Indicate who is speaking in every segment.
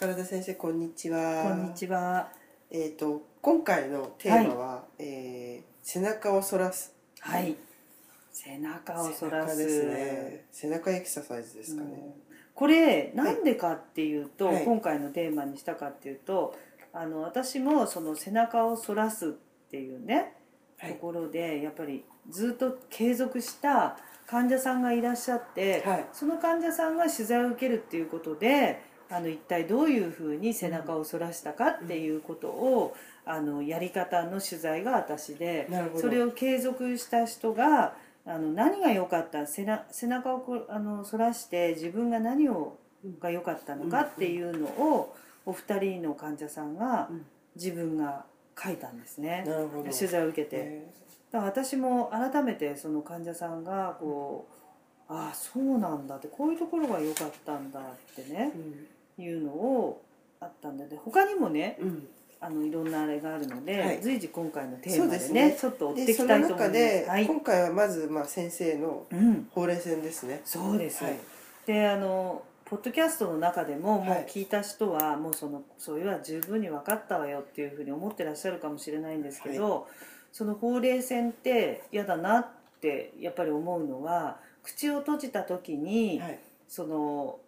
Speaker 1: 原田先生こんにちは。
Speaker 2: こんにちは。
Speaker 1: えっ、と今回のテーマは、えー背中を反らす。
Speaker 2: はい。背中を反らす。
Speaker 1: 背中ですね。背中エクササイズですかね。
Speaker 2: これなんでかっていうと、
Speaker 1: はい
Speaker 2: 今回のテーマにしたかっていうと、あの私もその背中を反らすっていうね、
Speaker 1: はい
Speaker 2: ところでやっぱりずっと継続した患者さんがいらっしゃって、
Speaker 1: はい
Speaker 2: その患者さんが取材を受けるっていうことで。あの一体どういうふうに背中を反らしたかっていうことを、あのやり方の取材が私で
Speaker 1: なるほど
Speaker 2: それを継続した人があの何が良かった背な背中をこうあの反らして自分が何をが良かったのかっていうのをお二人の患者さんが
Speaker 1: うん
Speaker 2: 自分が書いたんですね
Speaker 1: なるほど。
Speaker 2: 取材を受けて
Speaker 1: え
Speaker 2: だから私も改めてその患者さんがこうああそうなんだってこういうところが良かったんだってね
Speaker 1: ーうん
Speaker 2: いうのをあったんだで他にもね
Speaker 1: うん
Speaker 2: あのいろんなあれがあるので、
Speaker 1: はい
Speaker 2: 随時今回のテーマで
Speaker 1: そうで
Speaker 2: ね
Speaker 1: すね
Speaker 2: ちょっと追って
Speaker 1: で
Speaker 2: い
Speaker 1: そ
Speaker 2: き
Speaker 1: の
Speaker 2: たいと思い
Speaker 1: 中
Speaker 2: ます。
Speaker 1: で、
Speaker 2: はい
Speaker 1: 今回はまずまあ先生の
Speaker 2: うん、
Speaker 1: ほうれい線ですね。
Speaker 2: そうです、
Speaker 1: はい
Speaker 2: であのポッドキャストの中でもも
Speaker 1: は
Speaker 2: う
Speaker 1: い
Speaker 2: 聞いた人は、もうそのそれは十分に分かったわよっていうふうに思ってらっしゃるかもしれないんですけど、そのほうれい線って嫌だなってやっぱり思うのは口を閉じた時に、
Speaker 1: はい。
Speaker 2: その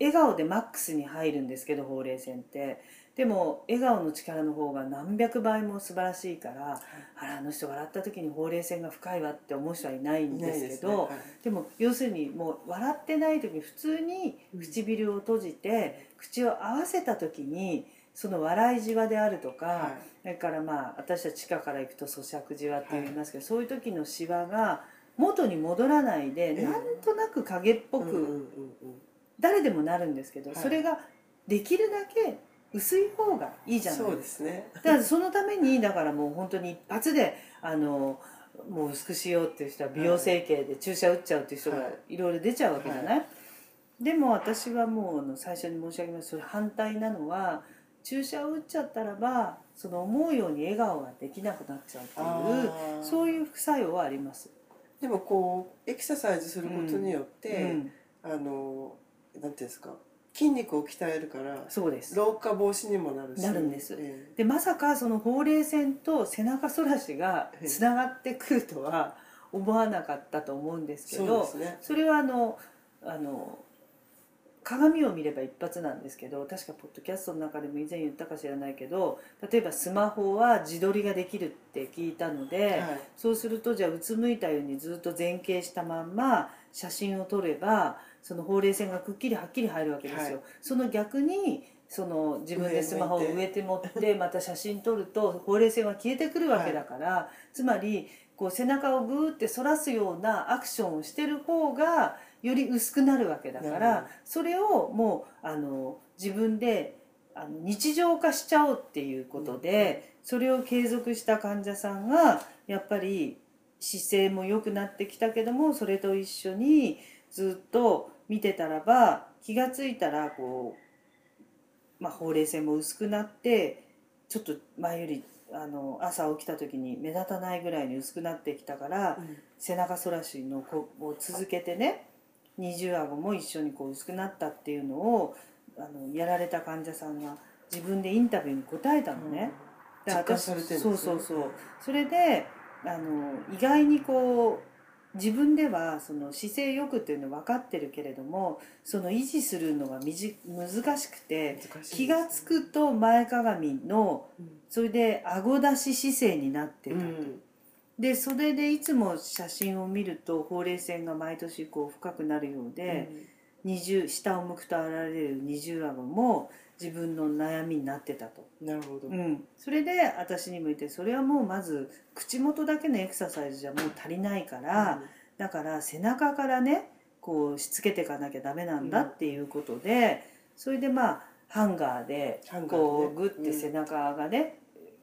Speaker 2: 笑顔でマックスに入るんですけどほうれい線ってでも笑顔の力の方が何百倍も素晴らしいからあらあの人笑った時にほうれい線が深いわって思う人はいないん
Speaker 1: いない
Speaker 2: です
Speaker 1: で
Speaker 2: け
Speaker 1: すね。
Speaker 2: ど
Speaker 1: はい
Speaker 2: でも要するにもう笑ってない時に普通に唇を閉じて口を合わせた時にその笑いじわであるとか、
Speaker 1: は
Speaker 2: それからまあ私たち地下から行くと咀嚼じわって言い
Speaker 1: はい
Speaker 2: ますけど、そういう時のしわが元に戻らないで、
Speaker 1: ええ
Speaker 2: なんとなく影っ
Speaker 1: い。
Speaker 2: ぽく、
Speaker 1: うんうんうん
Speaker 2: 誰でもなるんですけど、
Speaker 1: はい
Speaker 2: それができるだけ薄い方がいいじ
Speaker 1: うん。
Speaker 2: ゃな
Speaker 1: そ
Speaker 2: い
Speaker 1: う
Speaker 2: で
Speaker 1: です
Speaker 2: か。
Speaker 1: すね。
Speaker 2: だからそのためにだからもう本当に一発であのもう薄くしようっていう人は美容整形で注射打っちゃうっていう人が
Speaker 1: はい
Speaker 2: いろいろ出ちゃうわけじゃない、でも私はもうあの最初に申し上げますそれ反対なのは注射を打っちゃったらばその思うように笑顔ができなくなっちゃうっていう
Speaker 1: う
Speaker 2: そういう副作用はあります。
Speaker 1: でもこうエクササイズすることによって、
Speaker 2: うん、
Speaker 1: あのなんていうんですか筋肉を鍛えるから
Speaker 2: そうです
Speaker 1: 老化防止にもなるし
Speaker 2: なるんです
Speaker 1: え
Speaker 2: でまさかそのほうれい線と背中反らしがつながってくるとは思わなかったと思うんです
Speaker 1: え
Speaker 2: け
Speaker 1: そう
Speaker 2: ど
Speaker 1: ですね
Speaker 2: それはあのあの鏡を見れば一発なんですけど確かポッドキャストの中でも以前言ったか知らないけど例えばスマホは自撮りができるって聞いたので、
Speaker 1: はい
Speaker 2: そうするとじゃあうつむいたようにずっと前傾したまんま写真を撮ればそのほうれい線がくっきりはっきり入るわけですよ。
Speaker 1: は
Speaker 2: その逆にその自分でスマホを
Speaker 1: 上向いて
Speaker 2: 植えて持ってまた写真撮るとほうれい線は消えてくるわけだから、つまりこう背中をグーって反らすようなアクションをしてる方がより薄くなるわけだか
Speaker 1: なるほ
Speaker 2: らそれをもうあの自分であの日常化しちゃおうっていうことで、それを継続した患者さんがやっぱり姿勢も良くなってきたけどもそれと一緒にずっと見てたらば気がついたらこう、まあ、ほうれい線も薄くなってちょっと前よりあの朝起きた時に目立たないぐらいに薄くなってきたから、背中反らしのこを続けてね二重顎も一緒にこう薄くなったっていうのをあのやられた患者さんが自分でインタビューに答えたのね。で
Speaker 1: 実感
Speaker 2: 私
Speaker 1: されてるんです
Speaker 2: そ
Speaker 1: ね
Speaker 2: うそうそうそれであの意外にこう自分ではその姿勢よくっていうのは分かってるけれどもその維持するのがみじ難しくて気が付
Speaker 1: く
Speaker 2: くと前かがみの
Speaker 1: うん
Speaker 2: それで顎出し姿勢になってた
Speaker 1: う
Speaker 2: と、
Speaker 1: ん
Speaker 2: でそれでいつも写真を見るとほうれい線が毎年こう深くなるようで、二重下を向くと現れる二重顎も自分の悩みになってたと、
Speaker 1: なるほど
Speaker 2: うん、それで私に向いてそれはもうまず口元だけのエクササイズじゃもう足りないから、だから背中からねこうしつけていかなきゃダメなんだっていうことで、それでまあハンガーで
Speaker 1: ハンガーでね
Speaker 2: こうグッて背中がね、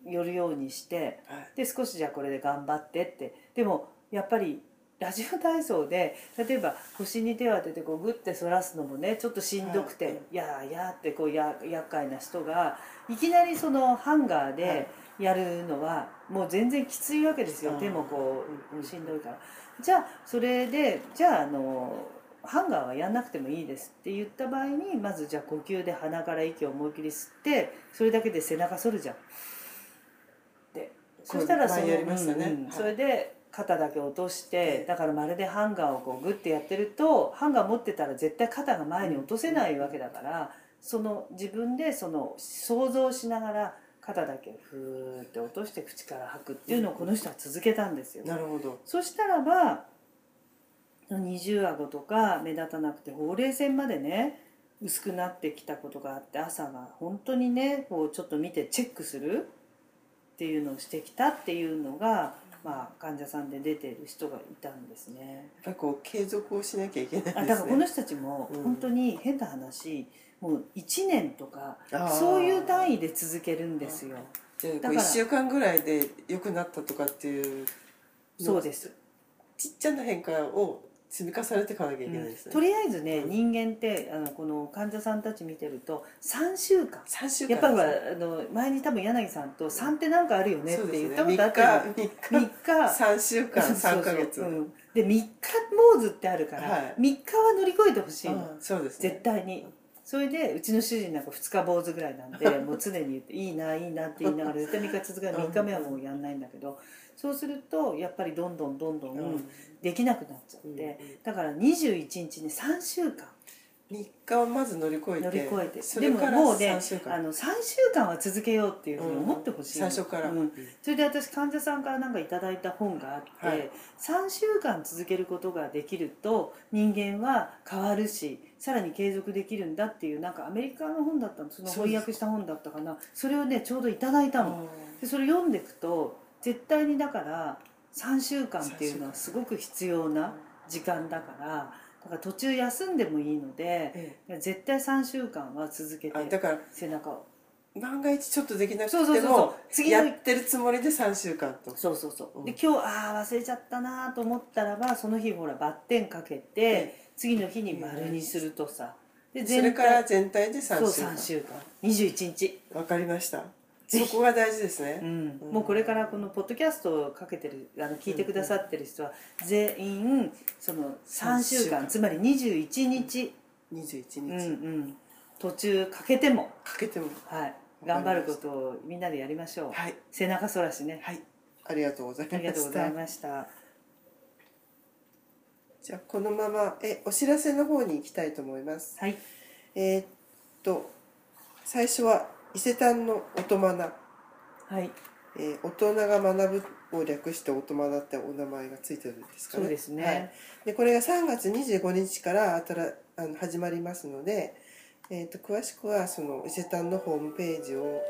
Speaker 2: 寄るようにして。
Speaker 1: うんはい
Speaker 2: で少しじゃあこれで頑張ってってでもやっぱりラジオ体操で例えば腰に手を当ててこうグッて反らすのもねちょっとしんどくて、
Speaker 1: はい
Speaker 2: い、やーやーってこうや厄介な人がいきなりそのハンガーでやるのはもう全然きついわけですよ、
Speaker 1: うん
Speaker 2: 手もこう
Speaker 1: うん
Speaker 2: しんどいから。じゃあそれでじゃああのハンガーはやんなくてもいいですって言った場合にまずじゃあ呼吸で鼻から息を思いっきり吸ってそれだけで背中反るじゃん。で
Speaker 1: こ
Speaker 2: そ
Speaker 1: れ
Speaker 2: したらその、
Speaker 1: 前やりましたね
Speaker 2: うんうん
Speaker 1: はい
Speaker 2: それで肩だけ落として、
Speaker 1: ええ
Speaker 2: だからまるでハンガーをこうグッてやってるとハンガー持ってたら絶対肩が前に落とせないわけだから、その自分でその想像しながら肩だけふーって落として口から吐くっていうのをこの人は続けたんですよ。
Speaker 1: なるほど
Speaker 2: そしたらば二重顎とか目立たなくてほうれい線までね薄くなってきたことがあって朝は本当にねこうちょっと見てチェックするっていうのをしてきたっていうのが、まあ、患者さんで出てる人がいたんですね。
Speaker 1: やっぱりこう継続をしなきゃいけないです
Speaker 2: あ
Speaker 1: ね
Speaker 2: だからこの人たちも
Speaker 1: うん
Speaker 2: 本当に変な話、もう1年とか
Speaker 1: あー
Speaker 2: そういう単位で続けるんですよ。
Speaker 1: じゃあこ
Speaker 2: だ
Speaker 1: う
Speaker 2: から
Speaker 1: 1週間ぐらいで良くなったとかっていう
Speaker 2: そうです
Speaker 1: ちっちゃな変化を積み重ねていかなきゃいけないですね、
Speaker 2: とりあえずね
Speaker 1: うん
Speaker 2: 人間ってあのこの患者さんたち見てると3週間
Speaker 1: 3週間
Speaker 2: やっぱりほらあの前に多分柳さんと「3ってなんかあるよね」っ
Speaker 1: そうで
Speaker 2: て
Speaker 1: す
Speaker 2: 言っ
Speaker 1: ね
Speaker 2: たことあったよね
Speaker 1: 3日
Speaker 2: 3
Speaker 1: 3日3週間
Speaker 2: そうそう
Speaker 1: 3ヶ月
Speaker 2: そう
Speaker 1: う
Speaker 2: うんで3日坊主ってあるから、
Speaker 1: はい
Speaker 2: 3日は乗り越えてほしいの、
Speaker 1: んそうですね
Speaker 2: 絶対にそれでうちの主人なんか2日坊主ぐらいなん でもう常に言って「いいないいな」って言いながら絶対3日続くから3日目はもうやんないんだけどそうするとやっぱりどんどんどんど
Speaker 1: うん
Speaker 2: んできなくなっちゃって、
Speaker 1: うんうん
Speaker 2: だから21日ね3週間
Speaker 1: 3日をまず乗り越えて
Speaker 2: 乗り越えて
Speaker 1: そ
Speaker 2: で
Speaker 1: れ
Speaker 2: も
Speaker 1: から
Speaker 2: もうね
Speaker 1: 3週間
Speaker 2: あの3週間は続けようっていうふうに思ってほしいの、
Speaker 1: 最初から、
Speaker 2: うんそれで私患者さんからなんかいただいた本があって、
Speaker 1: はい
Speaker 2: 3週間続けることができると人間は変わるしさらに継続できるんだっていうなんかアメリカの本だったの
Speaker 1: そ
Speaker 2: その
Speaker 1: うです
Speaker 2: 翻訳した本だったかなそれをねちょうどいただいたの、でそれ読んでいくと絶対にだから3週間っていうのはすごく必要な時間だからだから途中休んでもいいので
Speaker 1: え
Speaker 2: 絶対3週間は続け
Speaker 1: えあだ
Speaker 2: て
Speaker 1: から
Speaker 2: 背中を
Speaker 1: 万が一ちょっとできなくて
Speaker 2: そう
Speaker 1: も
Speaker 2: そうそうそう次の
Speaker 1: やってるつもりで3週間と
Speaker 2: そうそうそう、
Speaker 1: うん
Speaker 2: で今日ああ忘れちゃったなと思ったらばその日ほらバッテンかけて、次の日に丸にするとさ、で
Speaker 1: それから全体で
Speaker 2: そう
Speaker 1: 3週
Speaker 2: 3
Speaker 1: 間
Speaker 2: 週間21日、
Speaker 1: わかりました
Speaker 2: ぜ
Speaker 1: そ
Speaker 2: ひ
Speaker 1: こが大事ですね、
Speaker 2: うん
Speaker 1: うん
Speaker 2: もうこれからこのポッドキャストをかけてるあの聞いてくださってる人は全員その3週
Speaker 1: 三
Speaker 2: 間
Speaker 1: 週間
Speaker 2: つまり21日、
Speaker 1: 21日、
Speaker 2: うんうん、途中かけても、
Speaker 1: かけてもわ
Speaker 2: はい、
Speaker 1: かりまし
Speaker 2: 頑
Speaker 1: た
Speaker 2: 張ることをみんなでやりましょう、
Speaker 1: はい
Speaker 2: 背中反らしね、
Speaker 1: はいありがとうございま
Speaker 2: ありがとう
Speaker 1: し
Speaker 2: ござ
Speaker 1: た
Speaker 2: いました
Speaker 1: じゃあこのままえお知らせの方に行きたいと思います
Speaker 2: はい
Speaker 1: えーっと最初は伊勢丹の音マナ、
Speaker 2: はい
Speaker 1: えー大人が学ぶを略して音マナってお名前がついてるんですかね
Speaker 2: そうですね、
Speaker 1: はいでこれが3月25日から新あの始まりますので、えー、と詳しくはその伊勢丹のホームページを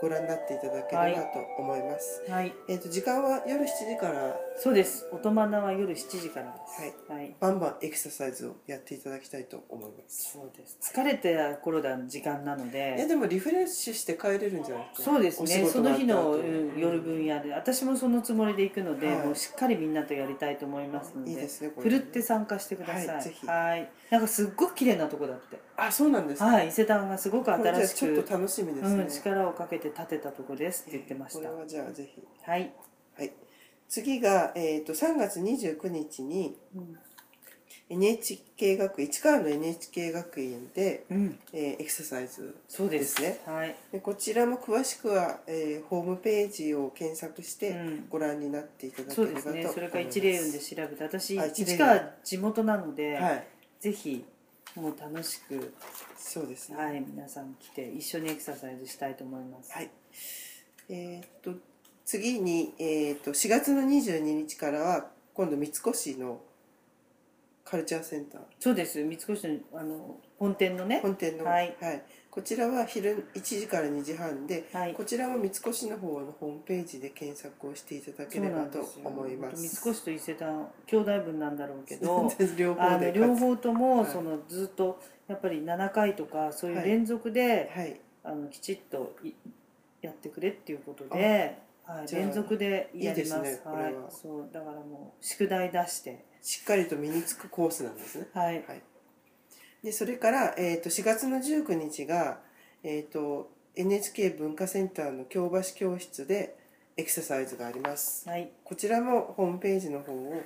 Speaker 1: ご覧になっていただけ
Speaker 2: は
Speaker 1: れ
Speaker 2: い
Speaker 1: ばと思います、
Speaker 2: はい
Speaker 1: えー、と時間は夜7時から
Speaker 2: そうです。大人は夜7時からです。はい。
Speaker 1: バンバンエクササイズをやっていただきたいと思います
Speaker 2: そうです。疲れた頃だ時間なの
Speaker 1: いや
Speaker 2: で。
Speaker 1: でもリフレッシュして帰れるんじゃないですか
Speaker 2: そうです
Speaker 1: お仕
Speaker 2: ね。
Speaker 1: 事
Speaker 2: その日の
Speaker 1: 終わ
Speaker 2: う
Speaker 1: った後
Speaker 2: ん夜分やで、私もそのつもりで行くので、
Speaker 1: はい
Speaker 2: もうしっかりみんなとやりたいと思いますので。
Speaker 1: いいですねこ
Speaker 2: ふ
Speaker 1: れ
Speaker 2: るって参加してください。
Speaker 1: はいぜひ
Speaker 2: はいなんかすっごく綺麗なとこだって。
Speaker 1: あそうなんですか、
Speaker 2: はい。伊勢丹がすごく
Speaker 1: これじゃあ
Speaker 2: 新し
Speaker 1: ちょっ
Speaker 2: く
Speaker 1: と。楽しみですね、
Speaker 2: うん、力をかけて建てたとこですって言ってました。
Speaker 1: これはじゃあぜひ
Speaker 2: はい。
Speaker 1: はい次が、えー、と3月29日に NHK 学院市川の NHK 学院で、
Speaker 2: うん、
Speaker 1: えーエクササイズ
Speaker 2: そうです
Speaker 1: ですね
Speaker 2: はい。
Speaker 1: でこちらも詳しくは、えーホームページを検索して
Speaker 2: うん
Speaker 1: ご覧になっていただけ
Speaker 2: そ
Speaker 1: れ
Speaker 2: う
Speaker 1: ばと思
Speaker 2: で
Speaker 1: います
Speaker 2: す、ね。それから一例運で調べて、私、
Speaker 1: あ一例雲
Speaker 2: 市川地元なので。
Speaker 1: はい
Speaker 2: ぜひもう楽しく、
Speaker 1: そうですね
Speaker 2: はい、皆さん来て一緒にエクササイズしたいと思います。
Speaker 1: はいえーっと次に、えーっと4月の22日からは今度三越のカルチャーセンター
Speaker 2: そうです三越のあの本店のね、
Speaker 1: 本店の、
Speaker 2: はい
Speaker 1: こちらは昼1時から2時半で
Speaker 2: はい、
Speaker 1: こちらも三越の方のホームページで検索をしていただけ
Speaker 2: そう
Speaker 1: れ
Speaker 2: な
Speaker 1: ば
Speaker 2: んで
Speaker 1: と
Speaker 2: すよ
Speaker 1: 思います。
Speaker 2: 三 越と伊勢丹兄弟分なんだろうけど
Speaker 1: 両
Speaker 2: あ
Speaker 1: 方で
Speaker 2: の両
Speaker 1: は
Speaker 2: 方とも、
Speaker 1: はい
Speaker 2: そのずっとやっぱり7回とかそういう
Speaker 1: はい
Speaker 2: 連続で、
Speaker 1: い、
Speaker 2: あのきちっといやってくれっていうことで、はい、
Speaker 1: じゃあ
Speaker 2: 連続でやります
Speaker 1: いいですねこれは
Speaker 2: はい、そうだからもう宿題出して、
Speaker 1: しっかりと身につくコースなんですね。
Speaker 2: はい
Speaker 1: はいでそれから、えー、と4月の19日が、えー、と NHK 文化センターの京橋教室でエクササイズがあります。
Speaker 2: はい
Speaker 1: こちらもホームページの方を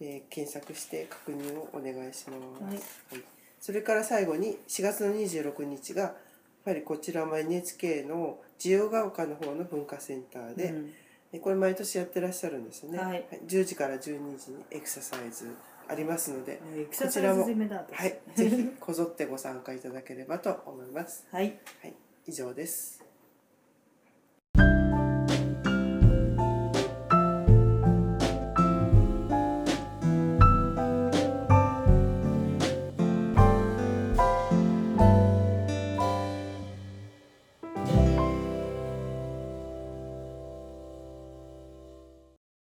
Speaker 1: えー検索して確認をお願いします、
Speaker 2: はい
Speaker 1: はいそれから最後に4月の26日がやっぱりこちらも NHK の自由が丘の方の文化センターで、
Speaker 2: うん
Speaker 1: えこれ毎年やってらっしゃるんですね、
Speaker 2: はい
Speaker 1: 10時から12時にエクササイズありますので、
Speaker 2: エクササイズ攻めだ私
Speaker 1: はい、ぜひこぞってご参加いただければと思います。
Speaker 2: はい
Speaker 1: はい、以上です。